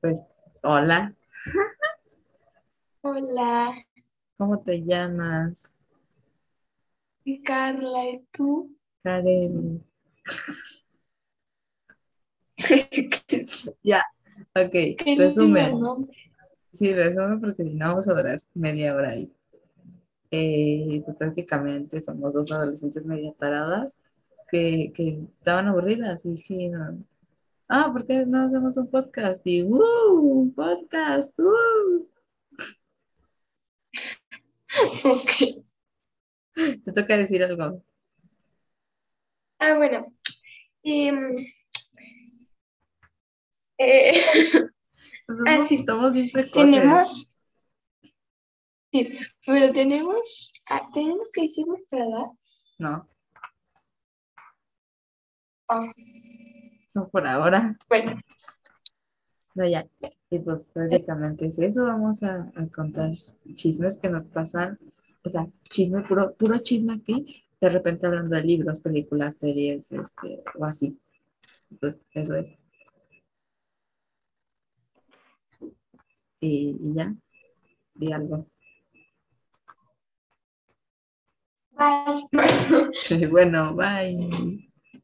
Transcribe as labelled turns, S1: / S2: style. S1: Pues, hola,
S2: Hola,
S1: ¿cómo te llamas?
S2: Carla, ¿y tú?
S1: Karen.
S2: Qué
S1: Ya, ok,
S2: lindo
S1: resumen.
S2: nombre.
S1: Sí, resumen porque si no vamos a durar media hora ahí. Eh, pues prácticamente somos dos adolescentes media paradas que, que estaban aburridas y dijeron, ah, ¿por qué no hacemos un podcast? Y, ¡uh! Un podcast, ¡uh!
S2: Ok.
S1: Te toca decir algo.
S2: Ah, bueno. em, eh,
S1: Pues
S2: Ah,
S1: somos,
S2: sí.
S1: somos bien precoces.
S2: tenemos. Sí, pero tenemos. ah, tenemos que decir nuestra edad.
S1: No,
S2: Ah,
S1: no por ahora.
S2: bueno,
S1: No, ya. Y pues prácticamente es eso. Vamos a, a contar chismes que nos pasan. O sea, chisme, puro, puro chisme aquí. De repente hablando de libros, películas, series, este, o así. Pues eso es. Y, y ya. Di algo.
S2: bye.
S1: Bueno, bye.